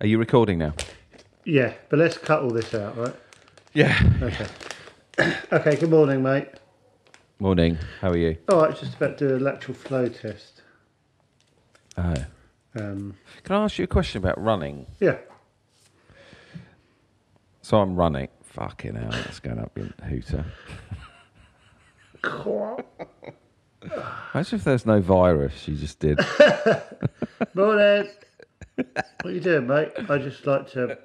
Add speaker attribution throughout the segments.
Speaker 1: Are you recording now?
Speaker 2: Yeah, but let's cut all this out, right?
Speaker 1: Yeah.
Speaker 2: Okay. okay, good morning, mate.
Speaker 1: Morning. How are you?
Speaker 2: Oh, I was just about to do a lateral flow test.
Speaker 1: Oh.
Speaker 2: Um,
Speaker 1: Can I ask you a question about running?
Speaker 2: yeah.
Speaker 1: So I'm running. Fucking hell, that's going up in hooter. Imagine if there's no virus, you just did.
Speaker 2: Morning. what you doing, mate? I just like to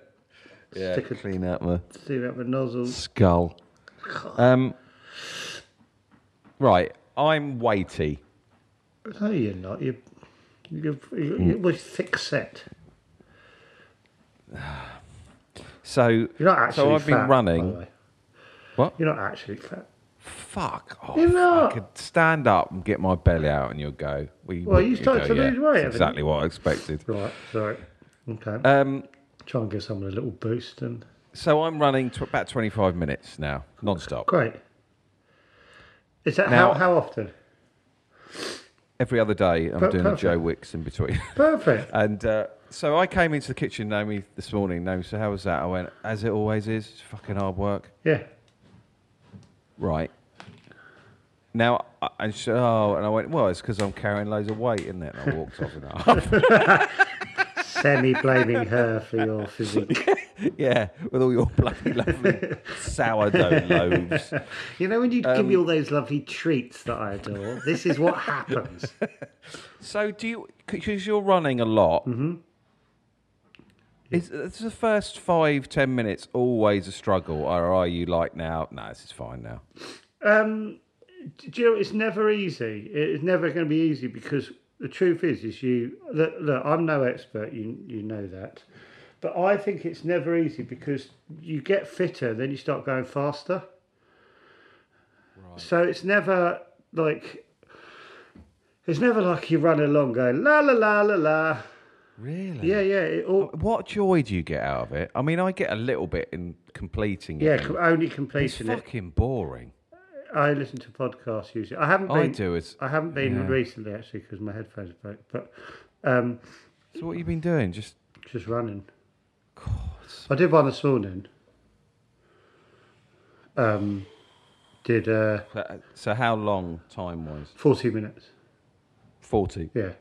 Speaker 1: yeah,
Speaker 2: Stick a-
Speaker 1: clean out my
Speaker 2: see out the nozzle.
Speaker 1: skull. Um, right, I'm weighty.
Speaker 2: No, you're not. You, you, you, you
Speaker 1: Hmm.
Speaker 2: we're thick set.
Speaker 1: So,
Speaker 2: You're not actually
Speaker 1: so I've been
Speaker 2: fat, by
Speaker 1: running.
Speaker 2: the way.
Speaker 1: What?
Speaker 2: You're not actually fat.
Speaker 1: Fuck off.
Speaker 2: You're
Speaker 1: I
Speaker 2: not.
Speaker 1: could stand up and get my belly out and you'll go.
Speaker 2: Well, you
Speaker 1: start
Speaker 2: started to lose weight, haven't
Speaker 1: Exactly what I expected.
Speaker 2: Right, sorry. Okay.
Speaker 1: Um,
Speaker 2: Try and give someone a little boost and
Speaker 1: so I'm running tw about 25 minutes now, non-stop,
Speaker 2: great. Is that
Speaker 1: Now-
Speaker 2: how, how often?
Speaker 1: every other day. I'm
Speaker 2: Per-
Speaker 1: doing a
Speaker 2: perfect.
Speaker 1: Joe Wicks in between.
Speaker 2: Perfect.
Speaker 1: and uh, so I came into the kitchen, Naomi, this morning. Naomi said, "How was that?" I went, "As it always is, it's fucking hard work."
Speaker 2: Yeah.
Speaker 1: Right. Now, I- and she, oh, and I went, "Well, it's because I'm carrying loads of weight, isn't it?" And I walked off and off.
Speaker 2: Semi blaming her for your physique.
Speaker 1: yeah, with all your bloody lovely sourdough loaves.
Speaker 2: You know, when you give me all those lovely treats that I adore, this is what happens.
Speaker 1: So do you because you're running a lot? Mm-hmm. Is, is the first five ten minutes always a struggle, or are you like now? No, this is fine now.
Speaker 2: Um, do you know, it's never easy. It's never going to be easy because the truth is, is you look. look I'm no expert. You you know that, but I think it's never easy because you get fitter, then you start going faster. So it's never like. It's never like you run along going la la la la la.
Speaker 1: Really?
Speaker 2: Yeah, yeah. It all,
Speaker 1: What joy do you get out of it? I mean, I get a little bit in completing it.
Speaker 2: yeah,
Speaker 1: and
Speaker 2: com- only
Speaker 1: it's
Speaker 2: completion. It.
Speaker 1: fucking boring.
Speaker 2: I listen to podcasts usually. I haven't been.
Speaker 1: I do. It's
Speaker 2: I haven't been
Speaker 1: Yeah.
Speaker 2: recently actually because my headphones broke, but um,
Speaker 1: so. What you been doing? Just
Speaker 2: just running. I did one this morning. Um, did uh,
Speaker 1: so how long time wise?
Speaker 2: forty minutes.
Speaker 1: Forty.
Speaker 2: Yeah,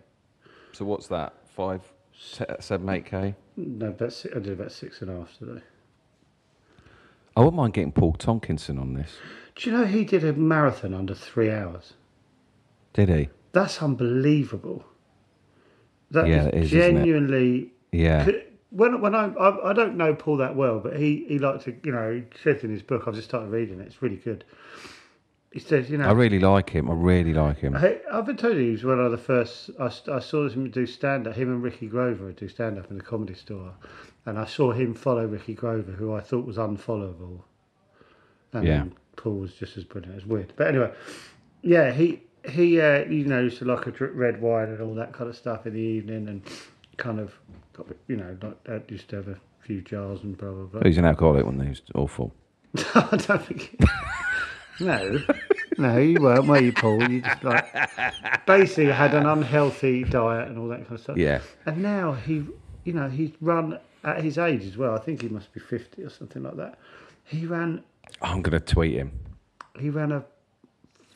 Speaker 1: So what's that? Five, se- seven, eight k.
Speaker 2: no, about six, I did about six and a half today.
Speaker 1: I wouldn't mind getting Paul Tonkinson on this.
Speaker 2: Do you know he did a marathon under three hours?
Speaker 1: Did he?
Speaker 2: That's unbelievable. That
Speaker 1: Yeah,
Speaker 2: is
Speaker 1: it is, isn't it?
Speaker 2: genuinely.
Speaker 1: Yeah.
Speaker 2: Could- When when I, I I don't know Paul that well, but he he liked to you know he says in his book I've just started reading it. It's really good. He says you know
Speaker 1: I really like him. I really like him.
Speaker 2: Hey, I've been told you he was one of the first. I, st- I saw him do stand up. Him and Ricky Grover would do stand up in the comedy store, and I saw him follow Ricky Grover, who I thought was unfollowable. And
Speaker 1: Yeah.
Speaker 2: then Paul was just as brilliant. It's weird, but anyway, yeah, he he uh, you know used to like a dr- red wine and all that kind of stuff in the evening, and kind of got a bit, you know like uh, used to have a few jars and blah blah blah.
Speaker 1: He's an alcoholic, wasn't he? He's awful.
Speaker 2: I don't think. no, no, you weren't, were you, Paul? You just like basically had an unhealthy diet and all that kind of stuff.
Speaker 1: Yeah.
Speaker 2: And now he, you know, he's run at his age as well. I think he must be fifty or something like that. He ran,
Speaker 1: I'm going to tweet him.
Speaker 2: he ran a,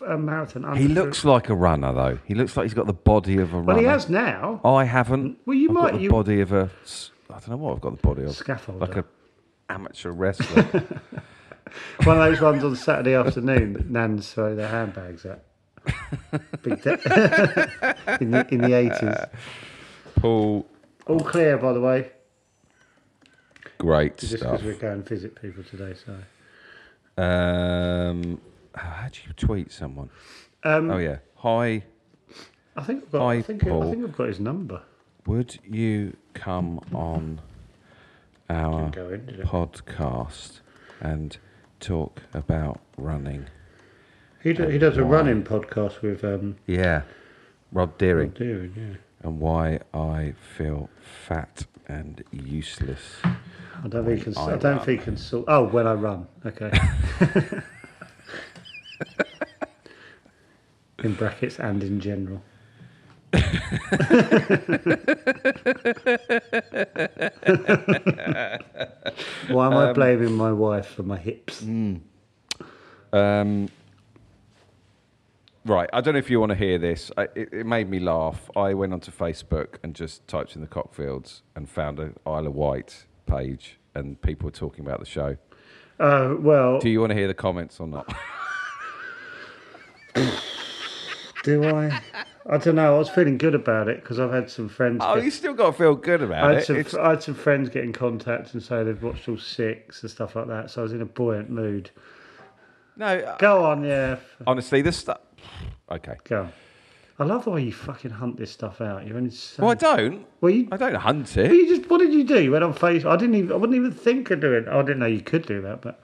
Speaker 2: a marathon. Under
Speaker 1: He looks like a runner, though. He looks like he's got the body of a runner.
Speaker 2: Well, he has now.
Speaker 1: I haven't.
Speaker 2: Well, you
Speaker 1: I've
Speaker 2: might-
Speaker 1: Got the
Speaker 2: you-
Speaker 1: body of a. s- I don't know what I've got the body of.
Speaker 2: Scaffolder.
Speaker 1: Like a amateur wrestler.
Speaker 2: One of those ones on Saturday afternoon that nans throw their handbags at. Big de- in the in the eighties.
Speaker 1: Paul,
Speaker 2: All clear, by the way.
Speaker 1: great
Speaker 2: Just
Speaker 1: stuff.
Speaker 2: because we're going to visit people today, so.
Speaker 1: Um, oh, how do you tweet someone?
Speaker 2: Um,
Speaker 1: oh yeah. Hi.
Speaker 2: I think I've got.
Speaker 1: Hi,
Speaker 2: I think, I
Speaker 1: Paul.
Speaker 2: think I've got his number.
Speaker 1: Would you come on our
Speaker 2: Didn't go in, did it?
Speaker 1: podcast and talk about running?
Speaker 2: He, do, he does a running podcast with um,
Speaker 1: Yeah. Rob Deering.
Speaker 2: Deering, yeah.
Speaker 1: and why I feel fat and useless.
Speaker 2: I don't think he can.
Speaker 1: I
Speaker 2: I, don't
Speaker 1: run.
Speaker 2: think he can sort. Oh, when I run, okay. in brackets and in general. Why am I blaming my wife for my hips?
Speaker 1: Um, right, I don't know if you want to hear this. I, it, it made me laugh. I went onto Facebook and just typed in the Cockfields and found an Isla White page, and people were talking about the show.
Speaker 2: Uh, well,
Speaker 1: Do you want to hear the comments or not?
Speaker 2: do I? I don't know. I was feeling good about it because I've had some friends.
Speaker 1: oh,
Speaker 2: get-
Speaker 1: you still got to feel good
Speaker 2: I
Speaker 1: about
Speaker 2: had,
Speaker 1: it.
Speaker 2: some,
Speaker 1: It's-
Speaker 2: I had some friends get in contact and say they've watched all six and stuff like that. So I was in a buoyant mood.
Speaker 1: no, uh,
Speaker 2: Go on, yeah.
Speaker 1: honestly, this stuff. Okay.
Speaker 2: Go on. I love the way you fucking hunt this stuff out. You're insane.
Speaker 1: Well, I don't.
Speaker 2: Well, you,
Speaker 1: I don't hunt it.
Speaker 2: but you just, what did you do? You went on Facebook. I didn't even, I wouldn't even think of doing I didn't know you could do that, but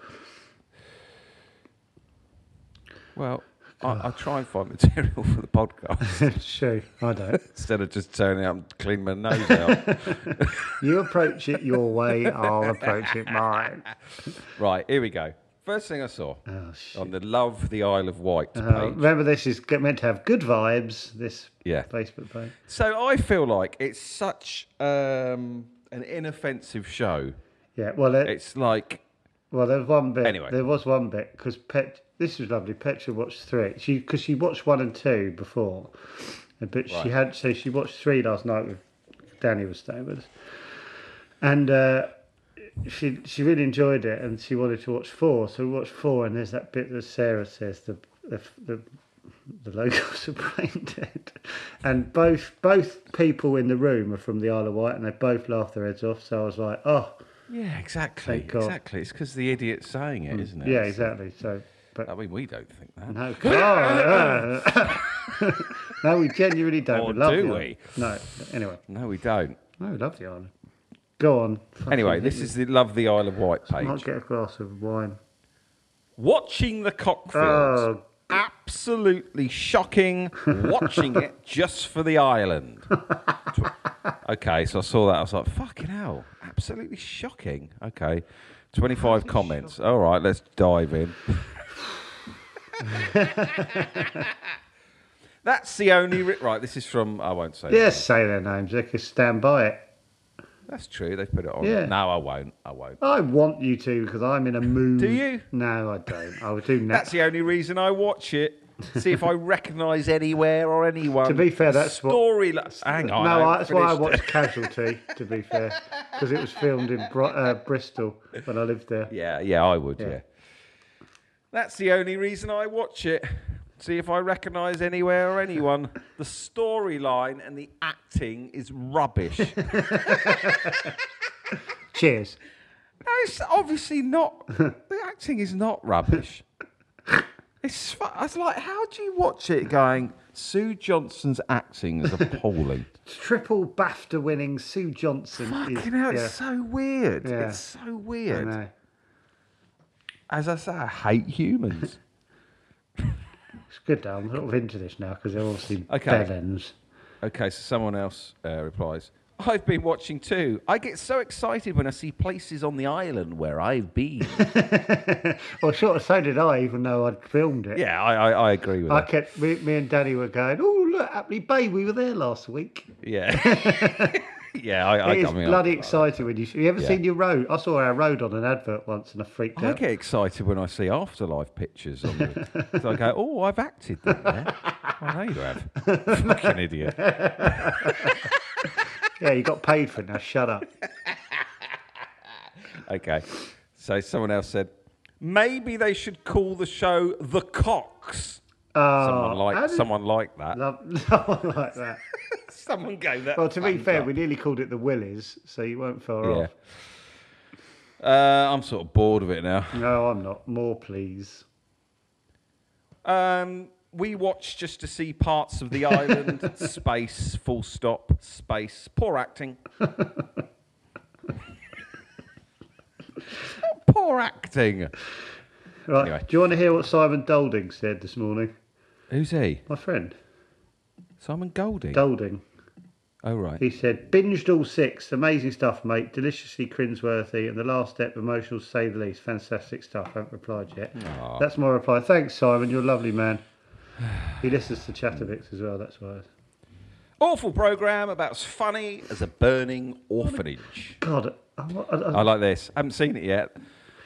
Speaker 1: Well, I, I try and find material for the podcast
Speaker 2: sure, I don't.
Speaker 1: instead of just turning up and cleaning my nose out.
Speaker 2: You approach it your way, I'll approach it mine.
Speaker 1: right, here we go. First thing I saw
Speaker 2: Oh, shit.
Speaker 1: on the Love the Isle of Wight page.
Speaker 2: Uh, remember, this is get- meant to have good vibes, this
Speaker 1: Yeah.
Speaker 2: Facebook page.
Speaker 1: So I feel like it's such um, an inoffensive show.
Speaker 2: Yeah, well, it,
Speaker 1: It's like,
Speaker 2: Well, there was one bit.
Speaker 1: Anyway.
Speaker 2: there was one bit because Pet. This was lovely. Petra watched three. She because she watched one and two before, but she
Speaker 1: Right.
Speaker 2: had so she watched three last night with Danny was staying with us, and uh, she she really enjoyed it and she wanted to watch four. So we watched four, and there's that bit that Sarah says the the the, the locals are brain dead, and both both people in the room are from the Isle of Wight, and they both laughed their heads off. So I was like, oh
Speaker 1: yeah, exactly.
Speaker 2: Thank God. Mm,
Speaker 1: Exactly. It's because the idiot's saying it, isn't it?
Speaker 2: yeah,
Speaker 1: It's-
Speaker 2: exactly. So but.
Speaker 1: I mean, we don't think that.
Speaker 2: No, come on. no, we genuinely don't.
Speaker 1: Or
Speaker 2: we love
Speaker 1: do
Speaker 2: the
Speaker 1: we?
Speaker 2: Island. No, anyway.
Speaker 1: No, we don't.
Speaker 2: No, we love the island. Go on. Fucking
Speaker 1: Anyway,
Speaker 2: hit
Speaker 1: this
Speaker 2: me.
Speaker 1: is the Love the Isle of Wight page.
Speaker 2: Might get a glass of wine.
Speaker 1: Watching the Cockfields.
Speaker 2: Oh.
Speaker 1: Absolutely shocking. Watching it just for the island. okay, so I saw that. I was like, fucking hell. Absolutely shocking. Okay. 25 comments. All right, let's dive in. That's the only. Ri- right, this is from. I won't say that.
Speaker 2: Yes, say their names. They can stand by it.
Speaker 1: That's true. They put it on.
Speaker 2: Yeah.
Speaker 1: No, I won't. I won't.
Speaker 2: I want you to because I'm in a mood.
Speaker 1: Do you?
Speaker 2: No, I don't. I would do
Speaker 1: That's
Speaker 2: next.
Speaker 1: the only reason I watch it. See if I recognise anywhere or anyone.
Speaker 2: To be fair, that's what-
Speaker 1: story. What... Hang on.
Speaker 2: no,
Speaker 1: I
Speaker 2: I,
Speaker 1: haven't
Speaker 2: that's why I
Speaker 1: finished.
Speaker 2: watched Casualty. To be fair, because it was filmed in Bro- uh, Bristol when I lived there.
Speaker 1: Yeah, yeah, I would. Yeah.
Speaker 2: Yeah.
Speaker 1: That's the only reason I watch it. See if I recognise anywhere or anyone. The storyline and the acting is rubbish. no,
Speaker 2: Cheers.
Speaker 1: it's obviously not. The acting is not rubbish. It's. fu- I was like, how do you watch it? Going, Sue Johnson's acting is appalling.
Speaker 2: Triple BAFTA winning Sue Johnson. is-
Speaker 1: Fucking hell,
Speaker 2: yeah.
Speaker 1: it's so weird.
Speaker 2: Yeah.
Speaker 1: It's so
Speaker 2: I
Speaker 1: weird.
Speaker 2: know.
Speaker 1: As I say, I hate humans.
Speaker 2: It's good though. I'm sort of into this now because they're obviously
Speaker 1: Okay.
Speaker 2: dead ends.
Speaker 1: okay, so someone else uh, replies. I've been watching too. I get so excited when I see places on the island where I've been.
Speaker 2: Well, sort of so did I, even though I'd filmed it.
Speaker 1: yeah, I, I, I agree with
Speaker 2: I
Speaker 1: that.
Speaker 2: kept me, me and Danny were going. Oh look, Hapley Bay. We were there last week.
Speaker 1: Yeah. yeah, I, I,
Speaker 2: It is
Speaker 1: I mean, I-
Speaker 2: bloody exciting when you. Have you ever
Speaker 1: Yeah.
Speaker 2: seen your road? I saw our road on an advert once and I freaked
Speaker 1: I
Speaker 2: out.
Speaker 1: get excited when I see afterlife pictures. On the, so I go, oh, I've acted down there. I know you have. Fucking idiot.
Speaker 2: Yeah, you got paid for it. Now shut up.
Speaker 1: Okay. So someone else said, maybe they should call the show The Cox.
Speaker 2: Oh,
Speaker 1: someone
Speaker 2: how
Speaker 1: like
Speaker 2: did-
Speaker 1: someone like that.
Speaker 2: Love, someone like that.
Speaker 1: Someone gave that.
Speaker 2: Well, to be
Speaker 1: thumbs
Speaker 2: fair,
Speaker 1: up.
Speaker 2: we nearly called it the Willies, so you weren't far
Speaker 1: yeah.
Speaker 2: off.
Speaker 1: Uh, I'm sort of bored of it now.
Speaker 2: No, I'm not. More, please.
Speaker 1: Um, we watched just to see parts of the island. space. Full stop. Space. Poor acting. Poor acting.
Speaker 2: Right.
Speaker 1: Anyway.
Speaker 2: Do you want to hear what Simon Dolding said this morning?
Speaker 1: Who's he?
Speaker 2: My friend
Speaker 1: Simon Golding.
Speaker 2: Dolding.
Speaker 1: oh right.
Speaker 2: He said, binged all six. Amazing stuff, mate. Deliciously cringeworthy. And the last step, emotional, to say the least. Fantastic stuff. haven't replied yet. That's my reply. Thanks, Simon. You're a lovely man. He listens to Chatterbox as well. That's why.
Speaker 1: Awful program about as funny as a burning orphanage.
Speaker 2: God, I'm, I, I,
Speaker 1: I like this. haven't seen it yet,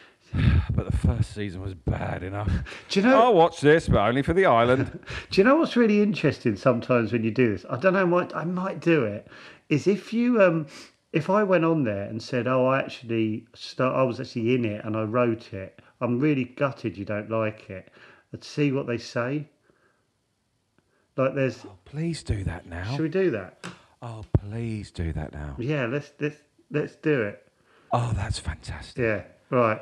Speaker 1: but the first season was bad enough.
Speaker 2: Do you know-
Speaker 1: I'll watch this, but only for the island.
Speaker 2: Do you know what's really interesting sometimes when you do this? I don't know what I might do it. Is if you um if I went on there and said, "Oh, I actually start, I was actually in it and I wrote it. I'm really gutted you don't like it." I'd see what they say. Like there's
Speaker 1: Oh, please do that now.
Speaker 2: should we do that?
Speaker 1: Oh, please do that now.
Speaker 2: Yeah, let's let's let's do it.
Speaker 1: Oh, that's fantastic.
Speaker 2: Yeah. Right.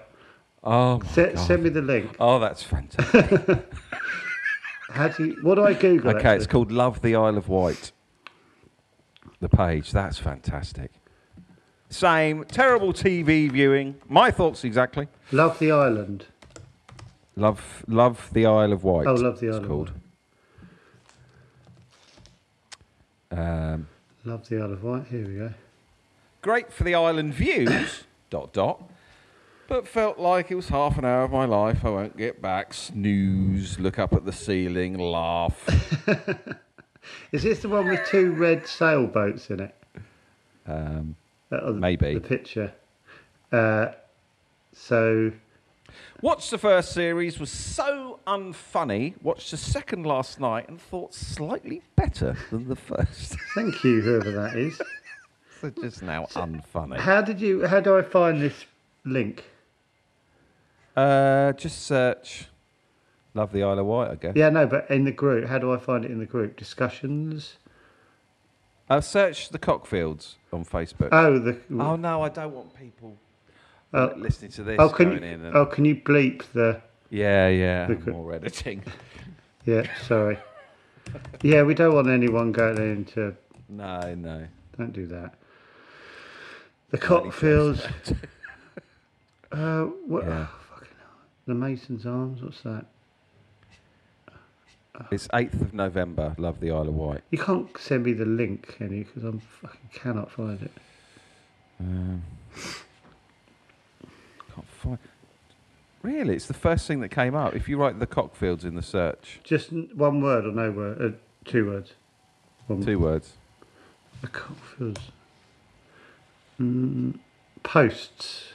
Speaker 1: Oh, my
Speaker 2: Se-
Speaker 1: God.
Speaker 2: send me the link.
Speaker 1: oh, that's fantastic.
Speaker 2: How do you what do I Google?
Speaker 1: okay, it's
Speaker 2: actually?
Speaker 1: called Love the Isle of Wight. The page. That's fantastic. Same terrible TV viewing. My thoughts exactly.
Speaker 2: Love the Island.
Speaker 1: Love, love the Isle of Wight.
Speaker 2: Oh, Love the
Speaker 1: it's
Speaker 2: Isle of
Speaker 1: called. Um,
Speaker 2: Love the Isle of Wight. Here we go.
Speaker 1: great for the island views. dot dot. But felt like it was half an hour of my life. I won't get back. Snooze. Look up at the ceiling. Laugh.
Speaker 2: Is this the one with two red sailboats in it?
Speaker 1: Um,
Speaker 2: That other-
Speaker 1: Maybe.
Speaker 2: the picture. Uh, so
Speaker 1: Watched the first series, was so unfunny. Watched the second last night and thought slightly better than the first.
Speaker 2: thank you, whoever that is.
Speaker 1: so just now unfunny.
Speaker 2: How did you? How do I find this link?
Speaker 1: Uh, just search Love the Isle of Wight, I guess.
Speaker 2: Yeah, no, but in the group, how do I find it in the group discussions?
Speaker 1: Uh, search the Cockfields on Facebook.
Speaker 2: Oh, the
Speaker 1: oh
Speaker 2: oh,
Speaker 1: no, I don't want people
Speaker 2: Oh.
Speaker 1: uh, listening to this
Speaker 2: can
Speaker 1: going in.
Speaker 2: you
Speaker 1: And,
Speaker 2: oh can you bleep the
Speaker 1: yeah, yeah,
Speaker 2: Look at-
Speaker 1: more editing.
Speaker 2: yeah? Sorry. yeah, we don't want anyone going into.
Speaker 1: No, no.
Speaker 2: Don't do that. The Cockfields. uh, what?
Speaker 1: Yeah.
Speaker 2: Oh, fucking hell. The Mason's Arms. What's that? Uh.
Speaker 1: It's eighth of November. Love the Isle of Wight.
Speaker 2: You can't send me the link, Kenny, because I'm fucking cannot find it.
Speaker 1: Um, Can't find. Really, it's the first thing that came up. If you write the Cockfields in the search,
Speaker 2: Just n- one word or no word? Uh, two words. One
Speaker 1: two words.
Speaker 2: I can't feel- Mm, posts.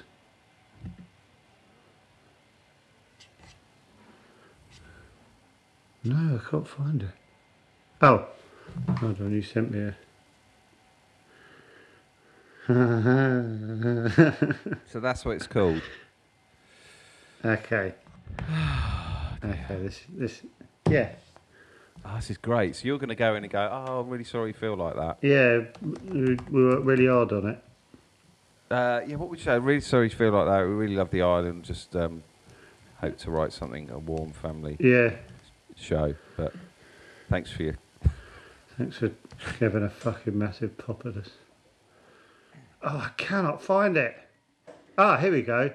Speaker 2: No, I can't find it. Oh, hold on, you sent me a.
Speaker 1: So that's what it's called.
Speaker 2: okay. Okay, this, this, yeah.
Speaker 1: Oh, this is great. So you're going to go in and go, oh, I'm really sorry you feel like that.
Speaker 2: Yeah, we we worked really hard on it.
Speaker 1: Uh, yeah, what would you say? Really sorry you feel like that. We really love the island. Just um, hope to write something, a warm family
Speaker 2: Yeah,
Speaker 1: show. But thanks for your
Speaker 2: thanks for giving a fucking massive pop at us. Oh, I cannot find it. Ah, here we go.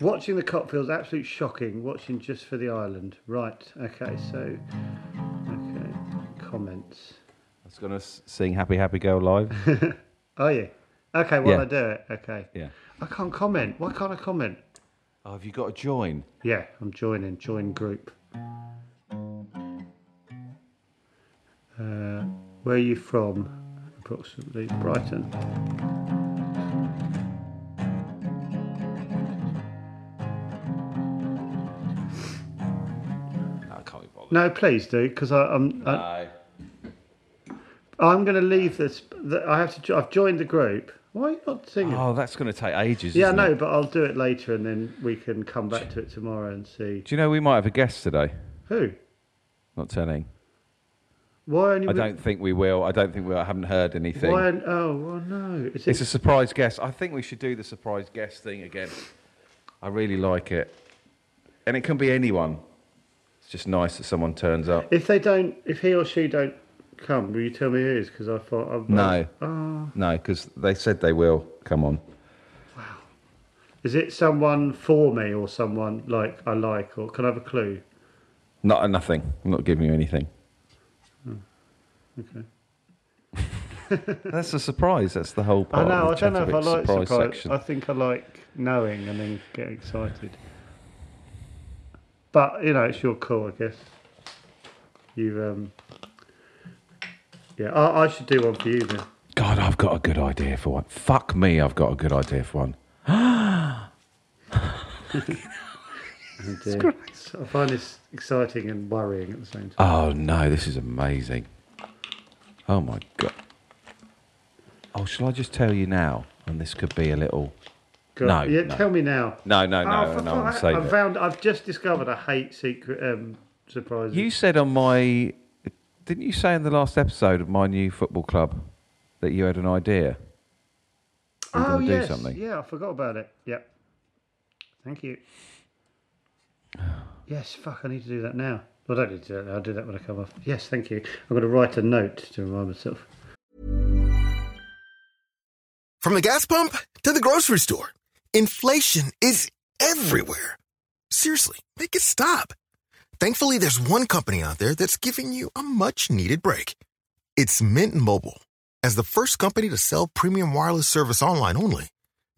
Speaker 2: Watching the Copfields, absolute shocking. Watching just for the island. Right, okay, so. Okay, comments.
Speaker 1: I was going to sing Happy Happy Girl live.
Speaker 2: Are you? Okay, well,
Speaker 1: Yeah.
Speaker 2: I do it. Okay.
Speaker 1: yeah.
Speaker 2: I can't comment. Why can't I comment?
Speaker 1: Oh, have you got to join?
Speaker 2: Yeah, I'm joining. Join group. Uh, where are you from? Approximately Brighton.
Speaker 1: No, I can't be bothered.
Speaker 2: No, please do, because I'm I,
Speaker 1: No.
Speaker 2: I'm going to leave this. The, I have to. jo- I've joined the group. Why are you not singing?
Speaker 1: Oh, that's going to take ages.
Speaker 2: yeah, I
Speaker 1: isn't
Speaker 2: know,
Speaker 1: it?
Speaker 2: but I'll do it later, and then we can come back to it tomorrow and see
Speaker 1: Do you know we might have a guest today?
Speaker 2: who.
Speaker 1: Not telling.
Speaker 2: Why only?
Speaker 1: I
Speaker 2: we-
Speaker 1: don't think we will. I don't think we. will. I haven't heard anything.
Speaker 2: Why? on- Oh, well, no. Is it,
Speaker 1: It's a surprise guest. I think we should do the surprise guest thing again. I really like it, and it can be anyone. It's just nice that someone turns up.
Speaker 2: if they don't, if he or she don't come, will you tell me who it is? Because I thought I've
Speaker 1: No,
Speaker 2: Oh,
Speaker 1: no, because they said they will. Come on.
Speaker 2: is it someone for me or someone like I like or can I have a clue?
Speaker 1: Not nothing. I'm not giving you anything.
Speaker 2: Hmm. Okay.
Speaker 1: That's a surprise. That's the whole
Speaker 2: I
Speaker 1: part.
Speaker 2: know. I
Speaker 1: of the
Speaker 2: don't know
Speaker 1: chat
Speaker 2: if
Speaker 1: of
Speaker 2: I
Speaker 1: it,
Speaker 2: like surprise.
Speaker 1: section.
Speaker 2: I think I like knowing and then getting excited. But you know, it's your call, I guess. You um, Yeah, I, I should do one for you then.
Speaker 1: God, I've got a good idea for one. Fuck me, I've got a good idea for one.
Speaker 2: And, uh, I find this exciting and worrying at the same time.
Speaker 1: Oh no, this is amazing. Oh my god. Oh, shall I just tell you now? And this could be a little.
Speaker 2: Go-
Speaker 1: no,
Speaker 2: yeah,
Speaker 1: no.
Speaker 2: tell me now.
Speaker 1: No, no, no,
Speaker 2: Oh, for
Speaker 1: no. I'm
Speaker 2: fuck-
Speaker 1: saving
Speaker 2: I've
Speaker 1: it.
Speaker 2: found. I've just discovered. I hate secret um, surprises.
Speaker 1: You said on my. Didn't you say in the last episode of my new football club that you had an idea? You're
Speaker 2: oh
Speaker 1: gonna do
Speaker 2: yes,
Speaker 1: something.
Speaker 2: yeah, I forgot about it. Yep. Thank you. Yes, fuck. I need to do that now. I don't need to do that now. I'll do that when I come off. Yes, thank you. I'm going to write a note to remind myself.
Speaker 3: From the gas pump to the grocery store, inflation is everywhere. Seriously, make it stop. Thankfully, there's one company out there that's giving you a much needed break. It's Mint Mobile. As the first company to sell premium wireless service online only,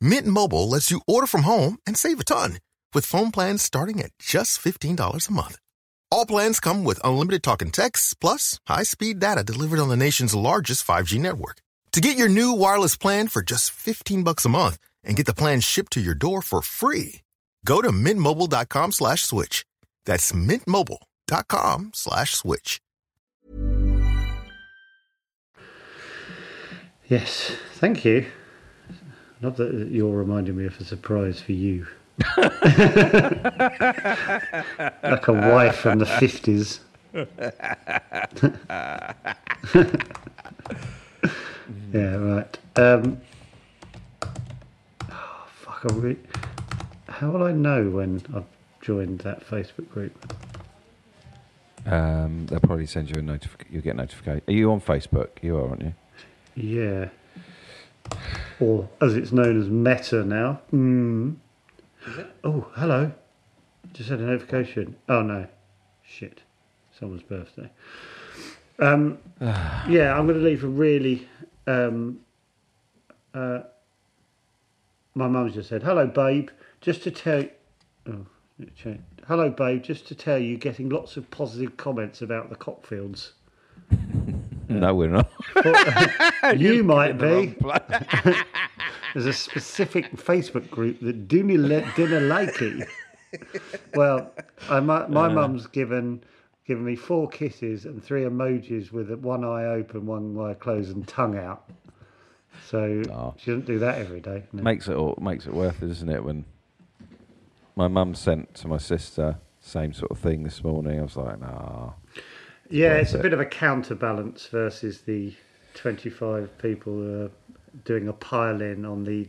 Speaker 3: Mint Mobile lets you order from home and save a ton with phone plans starting at just $15 a month. All plans come with unlimited talk and text, plus high-speed data delivered on the nation's largest 5G network. To get your new wireless plan for just 15 bucks a month and get the plan shipped to your door for free, go to mintmobile.com slash switch. That's mintmobile.com slash switch.
Speaker 2: Yes, thank you. Not that you're reminding me of a surprise for you. like a wife from the 50s. yeah, right. Um, oh, fuck, I really, how will I know when I've joined that Facebook group?
Speaker 1: Um, they'll probably send you a notification. You'll get notification. Are you on Facebook? You are, aren't you?
Speaker 2: Yeah. Or as it's known as Meta now. Mm. Oh, hello. Just had a notification. Oh no. Shit. Someone's birthday. Um, yeah, I'm going to leave a really. Um, uh, my mum's just said, hello, babe. Just to tell. Oh, it changed. Hello, babe. Just to tell you, getting lots of positive comments about the Copfields.
Speaker 1: No, we're not.
Speaker 2: you might be.
Speaker 1: Blimey.
Speaker 2: There's a specific Facebook group that do not let dinner like it. Well, I, my, my mum's given given me four kisses and three emojis with one eye open, one eye closed, and tongue out. So she doesn't do that every day. no.
Speaker 1: Oh. makes it all makes it worth it, doesn't it? When my mum sent to my sister same sort of thing this morning, I was like, nah.
Speaker 2: yeah, it's a bit of a counterbalance versus the 25 people who are doing a pile in on the.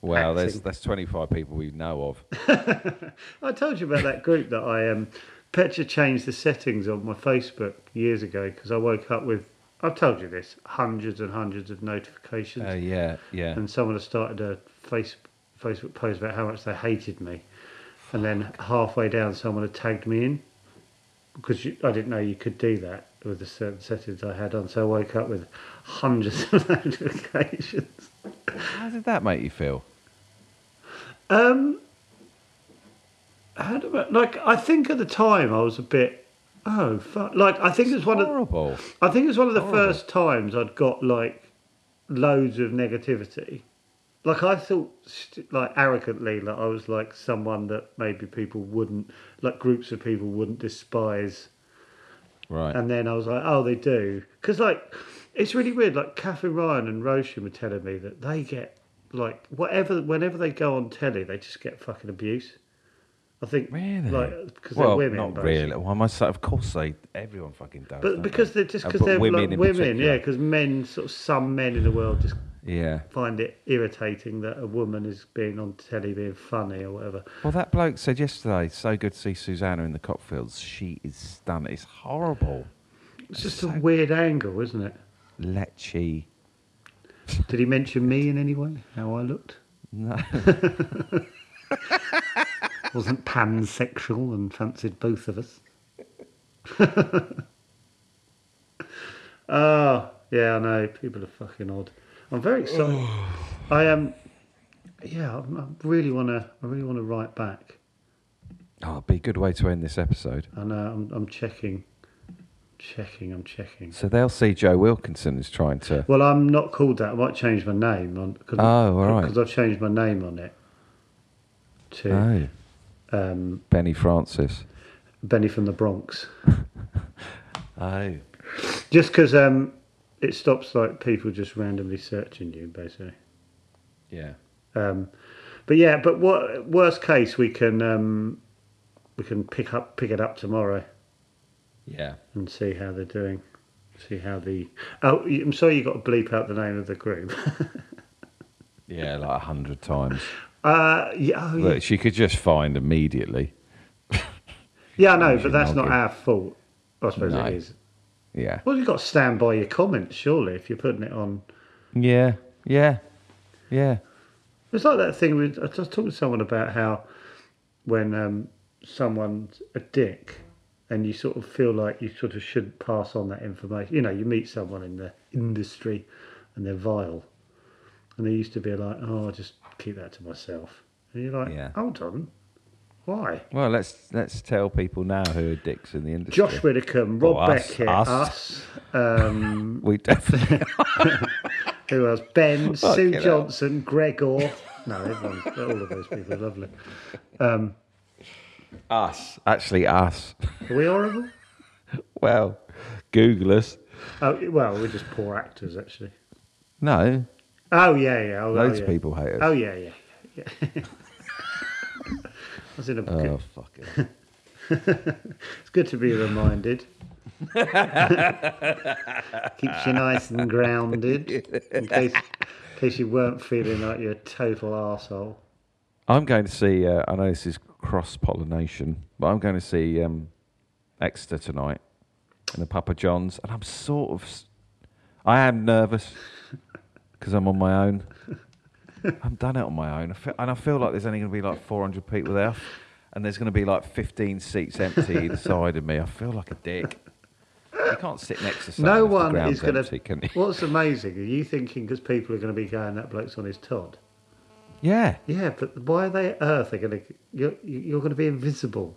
Speaker 1: Well, there's
Speaker 2: Acting.
Speaker 1: there's 25 people we know of.
Speaker 2: I told you about that group that I um, Petra changed the settings on my Facebook years ago because I woke up with I've told you this hundreds and hundreds of notifications,
Speaker 1: Uh, yeah, yeah.
Speaker 2: and someone had started a face, Facebook post about how much they hated me, and then halfway down someone had tagged me in because you, I didn't know you could do that with the certain settings I had on, so I woke up with hundreds of notifications.
Speaker 1: How did that make you feel?
Speaker 2: Um, how do I, like I think at the time I was a bit oh fuck like I think it's one of
Speaker 1: Horrible.
Speaker 2: I think it's one of the first times I'd got like loads of negativity. Like I thought st- like arrogantly like I was like someone that maybe people wouldn't like groups of people wouldn't despise
Speaker 1: Right.
Speaker 2: and then I was like, oh, they do. Because, like, it's really weird. Like, Kathy Ryan and Roshan were telling me that they get, like, whatever, whenever they go on telly, they just get fucking abuse. I think,
Speaker 1: Really?
Speaker 2: like, because
Speaker 1: well,
Speaker 2: they're women.
Speaker 1: not
Speaker 2: basically.
Speaker 1: really. Why am I so? Of course, they. Everyone fucking does. don't
Speaker 2: But because
Speaker 1: they?
Speaker 2: they're just
Speaker 1: And
Speaker 2: because
Speaker 1: Uh, but
Speaker 2: they're women like
Speaker 1: in
Speaker 2: women, yeah.
Speaker 1: particular.
Speaker 2: Because men, sort of, some men in the world just
Speaker 1: Yeah.
Speaker 2: find it irritating that a woman is being on telly being funny or whatever.
Speaker 1: Well, that bloke said yesterday, "So good to see Susanna in the Copfields. She is stunning. It's horrible,
Speaker 2: It's just a weird angle, isn't it?
Speaker 1: lechy."
Speaker 2: Did he mention me in any way? How I looked?
Speaker 1: No.
Speaker 2: Wasn't pansexual and fancied both of us. oh, yeah, I know. People are fucking odd. I'm very excited. I am. yeah, I'm- I really want to. I really want to write back.
Speaker 1: Oh, it'd be a good way to end this episode.
Speaker 2: I know. I'm, I'm checking. Checking, I'm checking.
Speaker 1: So they'll see Joe Wilkinson is trying to.
Speaker 2: Well, I'm not called that. I might change my name on because
Speaker 1: Oh, all right.
Speaker 2: because I've changed my name on it to
Speaker 1: Oh,
Speaker 2: um,
Speaker 1: Benny Francis.
Speaker 2: Benny from the Bronx.
Speaker 1: Oh.
Speaker 2: Just because um, it stops like people just randomly searching you, basically.
Speaker 1: Yeah.
Speaker 2: Um, but yeah, but what worst case we can um, we can pick up pick it up tomorrow
Speaker 1: Yeah.
Speaker 2: and see how they're doing. See how the oh, I'm sorry, you got to bleep out the name of the group.
Speaker 1: Yeah, like a hundred times.
Speaker 2: uh, yeah, oh, yeah,
Speaker 1: Look, she could just find immediately.
Speaker 2: yeah, no, but
Speaker 1: should
Speaker 2: that's
Speaker 1: not
Speaker 2: not
Speaker 1: do.
Speaker 2: our fault. I suppose
Speaker 1: No.
Speaker 2: it is.
Speaker 1: Yeah.
Speaker 2: Well, you've got to stand by your comments, surely, if you're putting it on.
Speaker 1: Yeah. Yeah. Yeah.
Speaker 2: It's like that thing with I just talked to someone about how when um, someone's a dick and you sort of feel like you sort of should pass on that information. You know, you meet someone in the industry and they're vile, and they used to be like, "Oh, I'll just keep that to myself," and you're like,
Speaker 1: Yeah.
Speaker 2: "Hold on, why?"
Speaker 1: Well, let's let's tell people now who are dicks in the industry.
Speaker 2: Josh Widdicombe, Rob
Speaker 1: Well, us-
Speaker 2: Beckett,
Speaker 1: us.
Speaker 2: us, um,
Speaker 1: We definitely.
Speaker 2: who else? Ben,
Speaker 1: Fucking
Speaker 2: Sue
Speaker 1: hell.
Speaker 2: Johnson, Gregor. No, everyone, all of those people are lovely.
Speaker 1: us. Actually, us.
Speaker 2: Are we horrible?
Speaker 1: Well, Google us.
Speaker 2: Oh, well, we're just poor actors, actually.
Speaker 1: No,
Speaker 2: Oh yeah, yeah. Oh,
Speaker 1: loads
Speaker 2: oh, yeah.
Speaker 1: of people hate us.
Speaker 2: Oh yeah, yeah. yeah. I was in a
Speaker 1: Oh,
Speaker 2: good,
Speaker 1: fuck it.
Speaker 2: it's good to be reminded. Keeps you nice and grounded in case, in case you weren't feeling like you're a total arsehole.
Speaker 1: I'm going to see. Uh, I know this is cross pollination, but I'm going to see um, Exeter tonight in the Papa John's, and I'm sort of. s- I am nervous because I'm on my own. I'm done it on my own, I feel, and I feel like there's only going to be like 400 people there, and there's going to be like 15 seats empty either side of me. I feel like a dick. You can't sit next to someone.
Speaker 2: no
Speaker 1: if the
Speaker 2: one
Speaker 1: ground's
Speaker 2: is going
Speaker 1: empty, can
Speaker 2: to.
Speaker 1: you?
Speaker 2: What's amazing? Are you thinking because people are going to be going that bloke's on his Todd?
Speaker 1: Yeah.
Speaker 2: Yeah, but why are they at Earth? They're going to. You're, you're going to be invisible.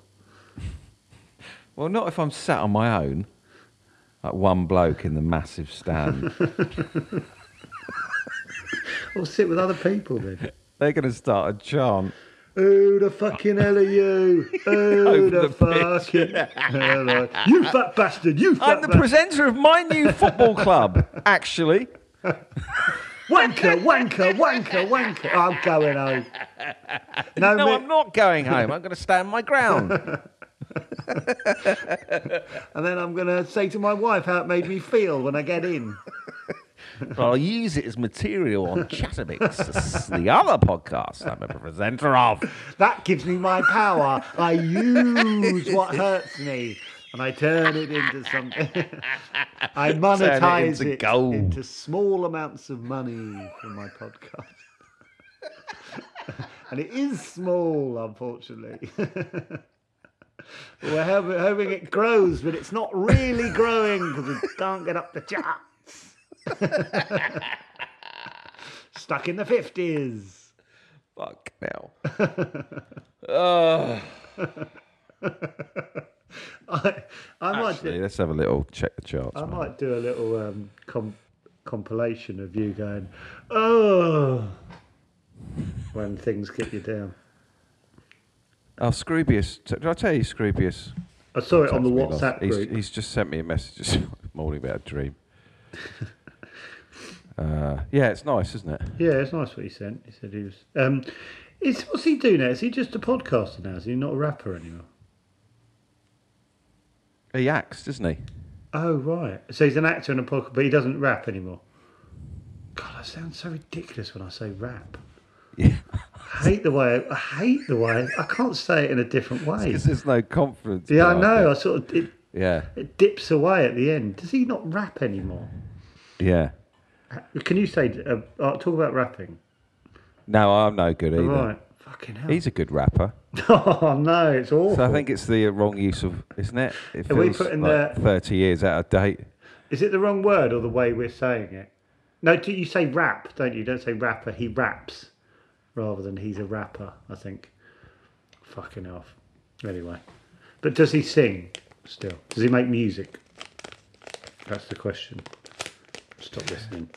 Speaker 1: Well, not if I'm sat on my own, like one bloke in the massive stand.
Speaker 2: Or sit with other people then.
Speaker 1: They're going to start a chant.
Speaker 2: Who the fucking hell are you? Who the,
Speaker 1: Over the
Speaker 2: fucking hell are you? You fat bastard, you
Speaker 1: I'm
Speaker 2: fat
Speaker 1: the
Speaker 2: bastard.
Speaker 1: presenter of my new football club, actually.
Speaker 2: wanker, wanker, wanker, wanker. I'm going home. No,
Speaker 1: No,
Speaker 2: me-
Speaker 1: I'm not going home. I'm going to stand my ground.
Speaker 2: And then I'm going to say to my wife how it made me feel when I get in.
Speaker 1: I'll use it as material on Chatterbix, the other podcast I'm a presenter of.
Speaker 2: That gives me my power. I use what hurts me and I turn it into something. I monetize
Speaker 1: into
Speaker 2: it,
Speaker 1: gold.
Speaker 2: into small amounts of money from my podcast. and it is small, unfortunately. We're hoping, hoping it grows, but it's not really growing because we can't get up the charts. Stuck in the 50s.
Speaker 1: Fuck now. Oh,
Speaker 2: I, I might do,
Speaker 1: actually, let's have a little check the charts.
Speaker 2: I
Speaker 1: man.
Speaker 2: might do a little um, com- compilation of you going, oh, when things get you down.
Speaker 1: Oh, Scroobius. Did I tell you Scroobius?
Speaker 2: I saw it on the
Speaker 1: Texted me last-
Speaker 2: WhatsApp
Speaker 1: he's,
Speaker 2: group.
Speaker 1: He's just sent me a message this morning about a dream. Uh, yeah, it's nice, isn't it?
Speaker 2: Yeah, it's nice what he sent. He said he was. Um, is what's he do now? Is he just a podcaster now? Is he not a rapper anymore?
Speaker 1: He acts, doesn't he?
Speaker 2: Oh right, so he's an actor and a podcast, but he doesn't rap anymore. God, I sound so ridiculous when I say rap.
Speaker 1: Yeah.
Speaker 2: I hate the way I hate the way I can't say it in a different way.
Speaker 1: Because there's no confidence.
Speaker 2: Yeah, I
Speaker 1: behind
Speaker 2: know. I
Speaker 1: it.
Speaker 2: sort of it,
Speaker 1: Yeah,
Speaker 2: It dips away at the end. Does he not rap anymore?
Speaker 1: yeah.
Speaker 2: Can you say uh, uh, talk about rapping?
Speaker 1: No, I'm no good either.
Speaker 2: Right, fucking hell.
Speaker 1: He's a good rapper.
Speaker 2: oh no, it's awful.
Speaker 1: So I think it's the wrong use of, isn't it? It
Speaker 2: Are we
Speaker 1: feels
Speaker 2: putting
Speaker 1: like
Speaker 2: the-
Speaker 1: 30 years out of date.
Speaker 2: Is it the wrong word or the way we're saying it? No, do you say rap? Don't you? Don't say rapper. He raps rather than he's a rapper. I think. Fucking off. Anyway, but does he sing still? Does he make music? That's the question. Stop listening.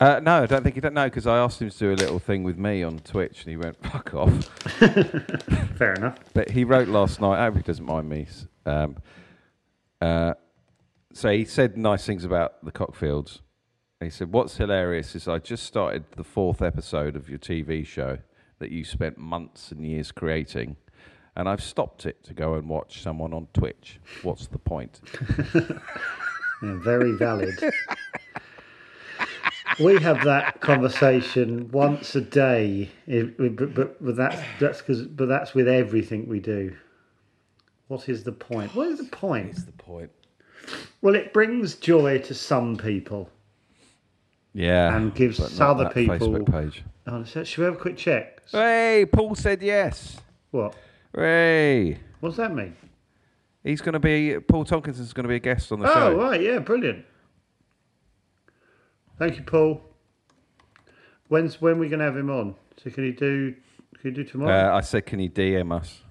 Speaker 1: Uh, no, I don't think he don't know because I asked him to do a little thing with me on Twitch and he went fuck off.
Speaker 2: Fair enough.
Speaker 1: But he wrote last night. I hope he doesn't mind me. s- Um, uh, so he said nice things about the Cockfields. And he said, "What's hilarious is I just started the fourth episode of your TV show that you spent months and years creating, and I've stopped it to go and watch someone on Twitch. What's the point?"
Speaker 2: Yeah, Mm, very valid. we have that conversation once a day, It- but, but, but that's that's because but that's with everything we do. What is the point? What is the point?
Speaker 1: What's the point?
Speaker 2: Well, it brings joy to some people.
Speaker 1: Yeah,
Speaker 2: And gives
Speaker 1: but not
Speaker 2: other
Speaker 1: that
Speaker 2: people-
Speaker 1: Facebook page.
Speaker 2: Oh, so- should we have a quick check?
Speaker 1: Hey, Paul said yes.
Speaker 2: What?
Speaker 1: Hey,
Speaker 2: What does that mean?
Speaker 1: he's going to be Paul Tomkinson's going to be a guest on the
Speaker 2: Oh,
Speaker 1: show.
Speaker 2: right, yeah, brilliant. Thank you, Paul. When's when we going to have him on? So can he do? Can he do tomorrow?
Speaker 1: Uh, I said, "Can you DM us?"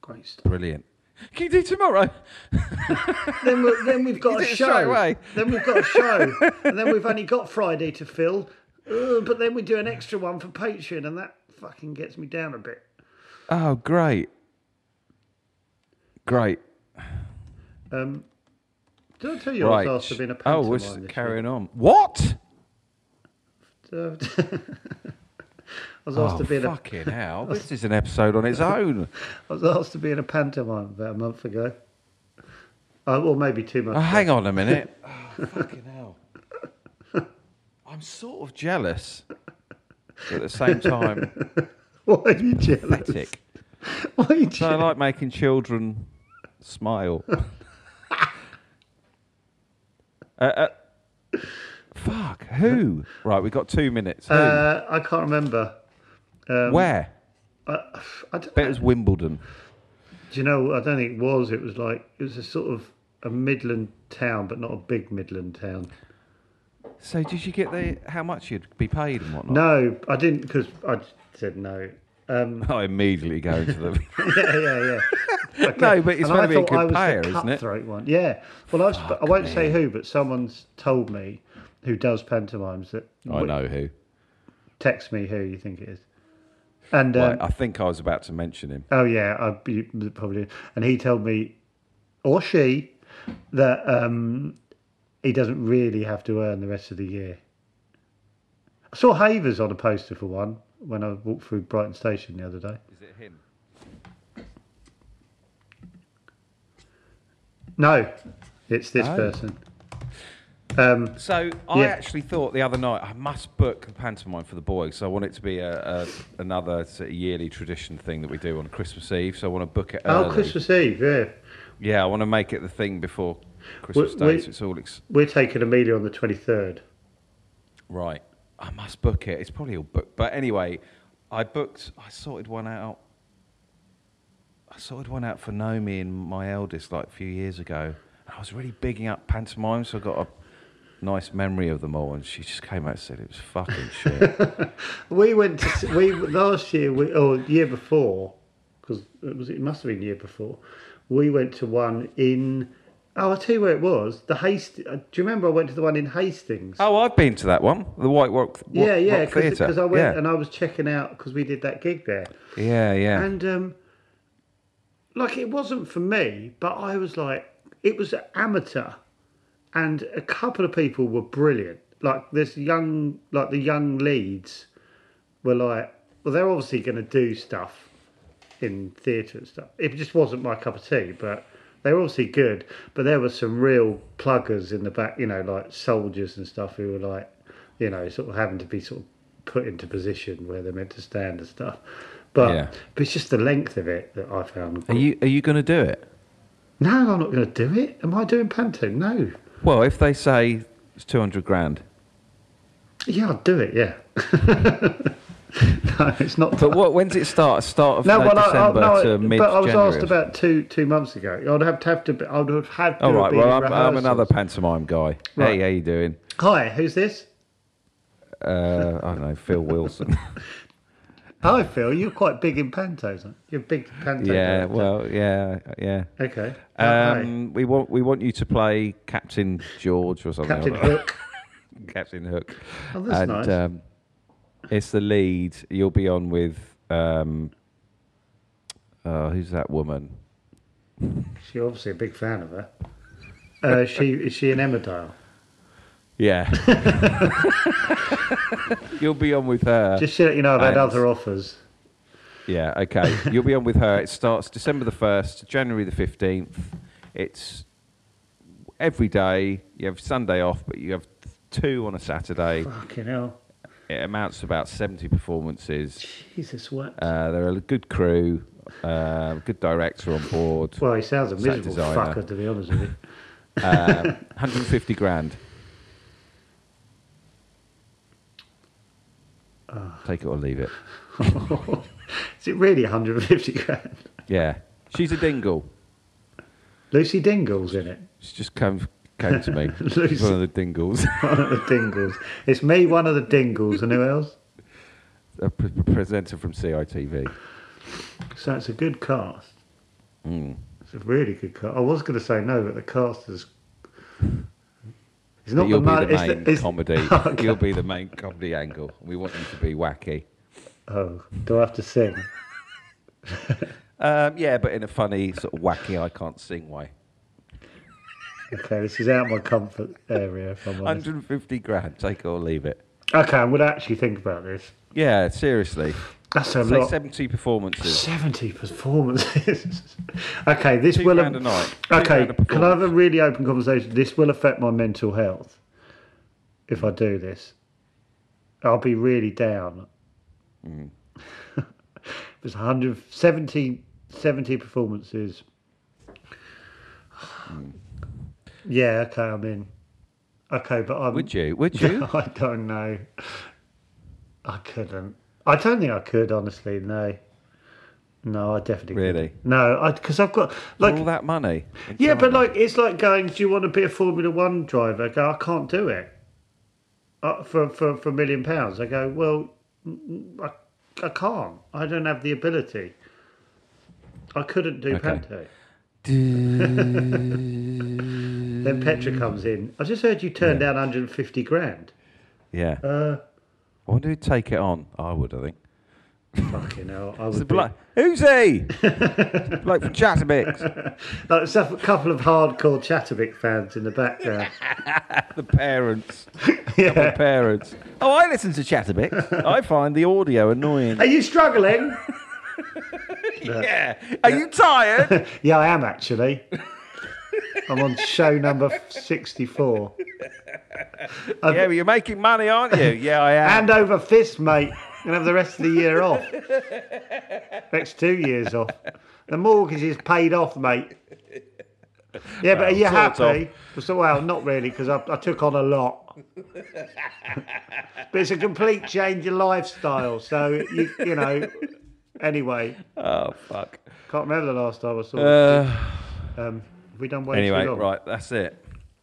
Speaker 2: Great stuff.
Speaker 1: Brilliant. Can you do tomorrow?
Speaker 2: then, we then we've got a
Speaker 1: did it
Speaker 2: show.
Speaker 1: straight away.
Speaker 2: Then we've got a show, and then we've only got Friday to fill. Uh, but then we do an extra one for Patreon, and that fucking gets me down a bit.
Speaker 1: Oh, great. Great.
Speaker 2: Um, did I tell you
Speaker 1: Right.
Speaker 2: I was asked to be in a
Speaker 1: oh,
Speaker 2: pantomime?
Speaker 1: we're just
Speaker 2: this
Speaker 1: carrying on. What?
Speaker 2: year? Uh, I was asked
Speaker 1: Oh,
Speaker 2: to be in a,
Speaker 1: fucking hell. This is an episode on its own.
Speaker 2: I was asked to be in a pantomime about a month ago. Uh, or maybe two months.
Speaker 1: Oh,
Speaker 2: ago.
Speaker 1: hang on a minute. Oh, fucking hell. I'm sort of jealous, but at the same time,
Speaker 2: Why are you jealous?
Speaker 1: Ah. pathetic.
Speaker 2: Why are you
Speaker 1: I
Speaker 2: jealous?
Speaker 1: like making children smile. uh, uh, fuck, who? Right, we've got two minutes. Who?
Speaker 2: Uh, I can't remember.
Speaker 1: Where?
Speaker 2: I don't,
Speaker 1: bet it was Wimbledon.
Speaker 2: Do you know? I don't think it was. It was like it was a sort of a midland town, but not a big midland town.
Speaker 1: So did you get the how much you'd be paid and whatnot?
Speaker 2: No, I didn't because I said no. Um,
Speaker 1: I immediately go into the.
Speaker 2: yeah, yeah, yeah.
Speaker 1: no, but it's
Speaker 2: and I
Speaker 1: meant to be a
Speaker 2: thought I
Speaker 1: good
Speaker 2: was
Speaker 1: payer,
Speaker 2: the
Speaker 1: isn't it?
Speaker 2: cutthroat one. Yeah. Well, I've, sp- I won't say who, but someone's told me who does pantomimes that.
Speaker 1: I know who.
Speaker 2: Text me who you think it is. And um,
Speaker 1: Right, I think I was about to mention him.
Speaker 2: Oh yeah, I you probably. did. And he told me, or she, that um, he doesn't really have to earn the rest of the year. I saw Havers on a poster for one when I walked through Brighton Station the other day.
Speaker 1: Is it him?
Speaker 2: No, it's this
Speaker 1: Oh.
Speaker 2: person. Um,
Speaker 1: So I
Speaker 2: Yeah.
Speaker 1: actually thought the other night I must book the pantomime for the boys. So I want it to be a, a another sort of yearly tradition thing that we do on Christmas Eve. So I want to book it early.
Speaker 2: oh, Christmas Eve. Yeah,
Speaker 1: Yeah, I want to make it the thing before Christmas Day.
Speaker 2: we-
Speaker 1: so it's all ex-
Speaker 2: we're taking Amelia on the twenty third.
Speaker 1: Right. I must book it. It's probably all booked. But anyway, I booked, I sorted one out. I sorted one out for Nomi and my eldest like a few years ago. And I was really bigging up pantomime, so I got a nice memory of them all. And she just came out and said it was fucking shit.
Speaker 2: We went to s- we last year we, or year before because it was it must have been year before. We went to one in oh I'll tell you where it was the Hast. uh, Do you remember I went to the one in Hastings?
Speaker 1: oh, I've been to that one, the White Rock, Rock
Speaker 2: yeah, yeah,
Speaker 1: Rock Theatre.
Speaker 2: because I went
Speaker 1: yeah.
Speaker 2: and I was checking out because we did that gig there
Speaker 1: yeah, yeah.
Speaker 2: and um, like it wasn't for me, but I was like, it was amateur, and a couple of people were brilliant. Like this young, like the young leads were like, well, they're obviously going to do stuff in theatre and stuff. It just wasn't my cup of tea, but they were obviously good. But there were some real pluggers in the back, you know, like soldiers and stuff who were like, you know, sort of having to be sort of put into position where they're meant to stand and stuff. But,
Speaker 1: Yeah.
Speaker 2: but it's just the length of it that I found.
Speaker 1: are you, are you going to do it?
Speaker 2: No, I'm not going to do it. Am I doing panto? No.
Speaker 1: Well, if they say it's 200 grand.
Speaker 2: Yeah, I'll do it. Yeah. no, it's not.
Speaker 1: But what? When does it start? Start of
Speaker 2: No,
Speaker 1: uh,
Speaker 2: well,
Speaker 1: December
Speaker 2: I, I, no,
Speaker 1: to mid
Speaker 2: but I was
Speaker 1: January.
Speaker 2: asked about two two months ago. I'd have to have to. Be, I would have had. To
Speaker 1: All right.
Speaker 2: Be
Speaker 1: Well,
Speaker 2: in
Speaker 1: I'm, I'm
Speaker 2: rehearsals.
Speaker 1: another pantomime guy. Hey,
Speaker 2: Right.
Speaker 1: how you doing?
Speaker 2: Hi, who's this?
Speaker 1: Uh, I don't know, Phil Wilson.
Speaker 2: Hi, Phil. You're quite big in pantos. aren't you? You're a big panto.
Speaker 1: Yeah,
Speaker 2: director.
Speaker 1: well, yeah, yeah.
Speaker 2: Okay. Uh, Hi.
Speaker 1: Um, we want we want you to play Captain George or something.
Speaker 2: Captain
Speaker 1: or other.
Speaker 2: Hook.
Speaker 1: Captain Hook.
Speaker 2: Oh, that's
Speaker 1: and,
Speaker 2: nice.
Speaker 1: Um, it's the lead. You'll be on with um, oh, who's that woman?
Speaker 2: She's obviously a big fan of her. Uh, she is she an Emmerdale?
Speaker 1: Yeah. You'll be on with her.
Speaker 2: Just so that you know, I've had
Speaker 1: And-
Speaker 2: other offers.
Speaker 1: Yeah, okay. You'll be on with her. It starts December the 1st, January the 15th. It's every day. You have Sunday off, but you have two on a Saturday.
Speaker 2: Fucking hell.
Speaker 1: It amounts to about 70 performances.
Speaker 2: Jesus, what?
Speaker 1: Uh, they're a good crew, uh, good director on board.
Speaker 2: well, he sounds a
Speaker 1: set
Speaker 2: miserable
Speaker 1: designer.
Speaker 2: fucker, to be honest with you.
Speaker 1: Um, 150 grand. Take it or leave it.
Speaker 2: is it really 150 grand?
Speaker 1: Yeah. She's a dingle.
Speaker 2: Lucy Dingle's in it.
Speaker 1: She just came, came to me. She's one of the dingles.
Speaker 2: One of the Dingles. It's me, one of the Dingles, and who else?
Speaker 1: a pre- presenter from CITV.
Speaker 2: So it's a good cast.
Speaker 1: Hmm.
Speaker 2: It's a really good cast. I was going to say no, but the cast is. It's
Speaker 1: But
Speaker 2: not
Speaker 1: you'll
Speaker 2: the, mo-
Speaker 1: be the
Speaker 2: it's
Speaker 1: main
Speaker 2: it's- Oh,
Speaker 1: comedy.
Speaker 2: Okay.
Speaker 1: You'll be the main comedy angle. We want you to be wacky.
Speaker 2: Oh, do I have to sing?
Speaker 1: Um, yeah, but in a funny sort of wacky, I can't sing way.
Speaker 2: Okay, this is out my comfort area. If I'm honest.
Speaker 1: 150 grand. Take it or leave it.
Speaker 2: Okay, I'm going to actually think about this.
Speaker 1: Yeah, seriously.
Speaker 2: That's a
Speaker 1: Say
Speaker 2: lot.
Speaker 1: 70 performances.
Speaker 2: 70 performances. okay, this
Speaker 1: Two
Speaker 2: will.
Speaker 1: grand a night. Two
Speaker 2: Okay,
Speaker 1: grand a
Speaker 2: can I have a really open conversation? This will affect my mental health if I do this. I'll be really down.
Speaker 1: Mm.
Speaker 2: There's 170 70 performances.
Speaker 1: Mm.
Speaker 2: Yeah, okay, I'm in. Okay, but I'm.
Speaker 1: Would you? Would you?
Speaker 2: I don't know. I couldn't. I don't think I could, honestly. No. No, I definitely couldn't.
Speaker 1: Really? Oh,
Speaker 2: No, because I've got like
Speaker 1: all that money.
Speaker 2: yeah, but like it's like going. Do you want to be a Formula One driver? I go. I can't do it. Uh, for for for a million pounds, I go. Well, mm, I, I can't. I don't have the ability. I couldn't do
Speaker 1: Okay.
Speaker 2: panto. Then Petra comes in. I just heard you turned down 150 grand.
Speaker 1: yeah.
Speaker 2: Uh.
Speaker 1: I wonder who'd take it on. I would, I think.
Speaker 2: Fucking hell! I
Speaker 1: It's a
Speaker 2: would. Be,
Speaker 1: bloke. Who's he? bloke from Chatterbix.
Speaker 2: like, there's a couple of hardcore Chattervic fans in the background.
Speaker 1: The parents. The parents. Oh, I listen to Chatterbix. I find the audio annoying.
Speaker 2: Are you struggling?
Speaker 1: yeah. Are you tired?
Speaker 2: Yeah, I am actually. I'm on show number 64.
Speaker 1: yeah, but you're making money, aren't you? Yeah, I am.
Speaker 2: Hand over fist, mate, and have the rest of the year off. Next two years off. The mortgage is paid off, mate. Yeah, but are you
Speaker 1: sort of.
Speaker 2: happy? So, well, not really, because I, I took on a lot. but it's a complete change of lifestyle. So, you, you know, anyway,
Speaker 1: oh, fuck.
Speaker 2: can't remember the last time I saw it.
Speaker 1: Uh,
Speaker 2: Um, have we done way
Speaker 1: anyway,
Speaker 2: too long?
Speaker 1: right, that's it.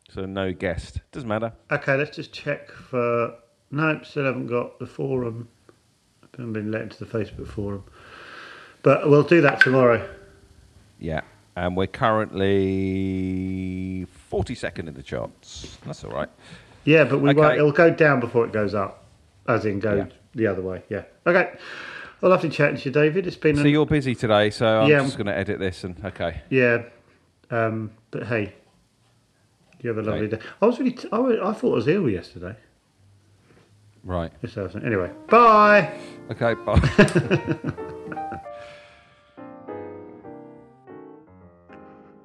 Speaker 1: So no guest. Doesn't matter.
Speaker 2: Okay, let's just check for. No, still haven't got the forum. I haven't been let into the Facebook forum. But we'll do that tomorrow.
Speaker 1: Yeah. And we're currently 42nd in the charts. That's all right.
Speaker 2: Yeah, but we won't.
Speaker 1: Okay.
Speaker 2: It'll go down before it goes up, as in go
Speaker 1: Yeah.
Speaker 2: the other way. Yeah. Okay. Well, lovely chatting to you, David. It's been.
Speaker 1: So
Speaker 2: an-
Speaker 1: you're busy today, so I'm
Speaker 2: Yeah.
Speaker 1: just going to edit this and okay.
Speaker 2: yeah. Um, but hey, you have a lovely day. I was really. T- I, was, I thought I was ill yesterday.
Speaker 1: Right.
Speaker 2: Yes, I was. Anyway, bye.
Speaker 1: Okay, bye.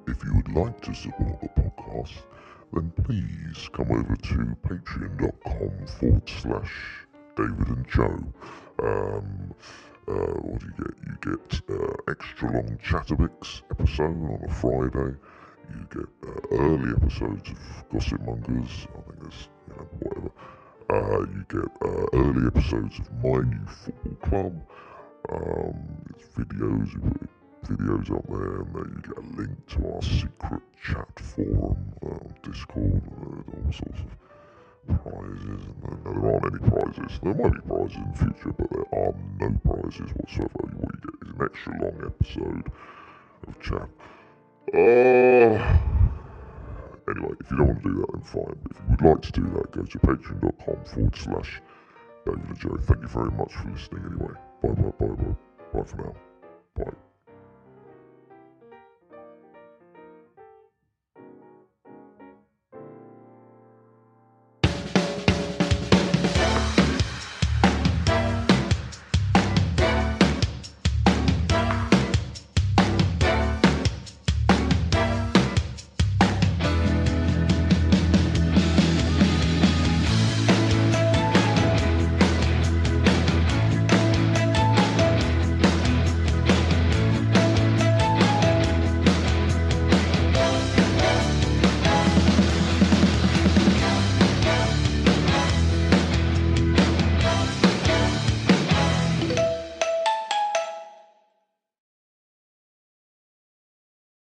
Speaker 4: If you would like to support the podcast, then please come over to patreon.com forward slash David and Joe. Um, uh, what do you get? You get uh, extra long Chatterbix episode on a Friday. You get uh, early episodes of Gossip Mongers. I think there's, you know, whatever. Uh, you get uh, early episodes of My New Football Club. Um, there's videos, we put videos up there, and then you get a link um, to our secret chat forum uh, on Discord, and all sorts of prizes, and then there aren't any prizes. There might be prizes in the future, but there are no prizes whatsoever. What you get is an extra long episode of chat. Oh. Anyway, if you don't want to do that, then fine. But if you would like to do that, go to patreon.com forward slash David and Joe. Thank you very much for listening anyway. Bye, bye, bye, bye. Bye for now. Bye.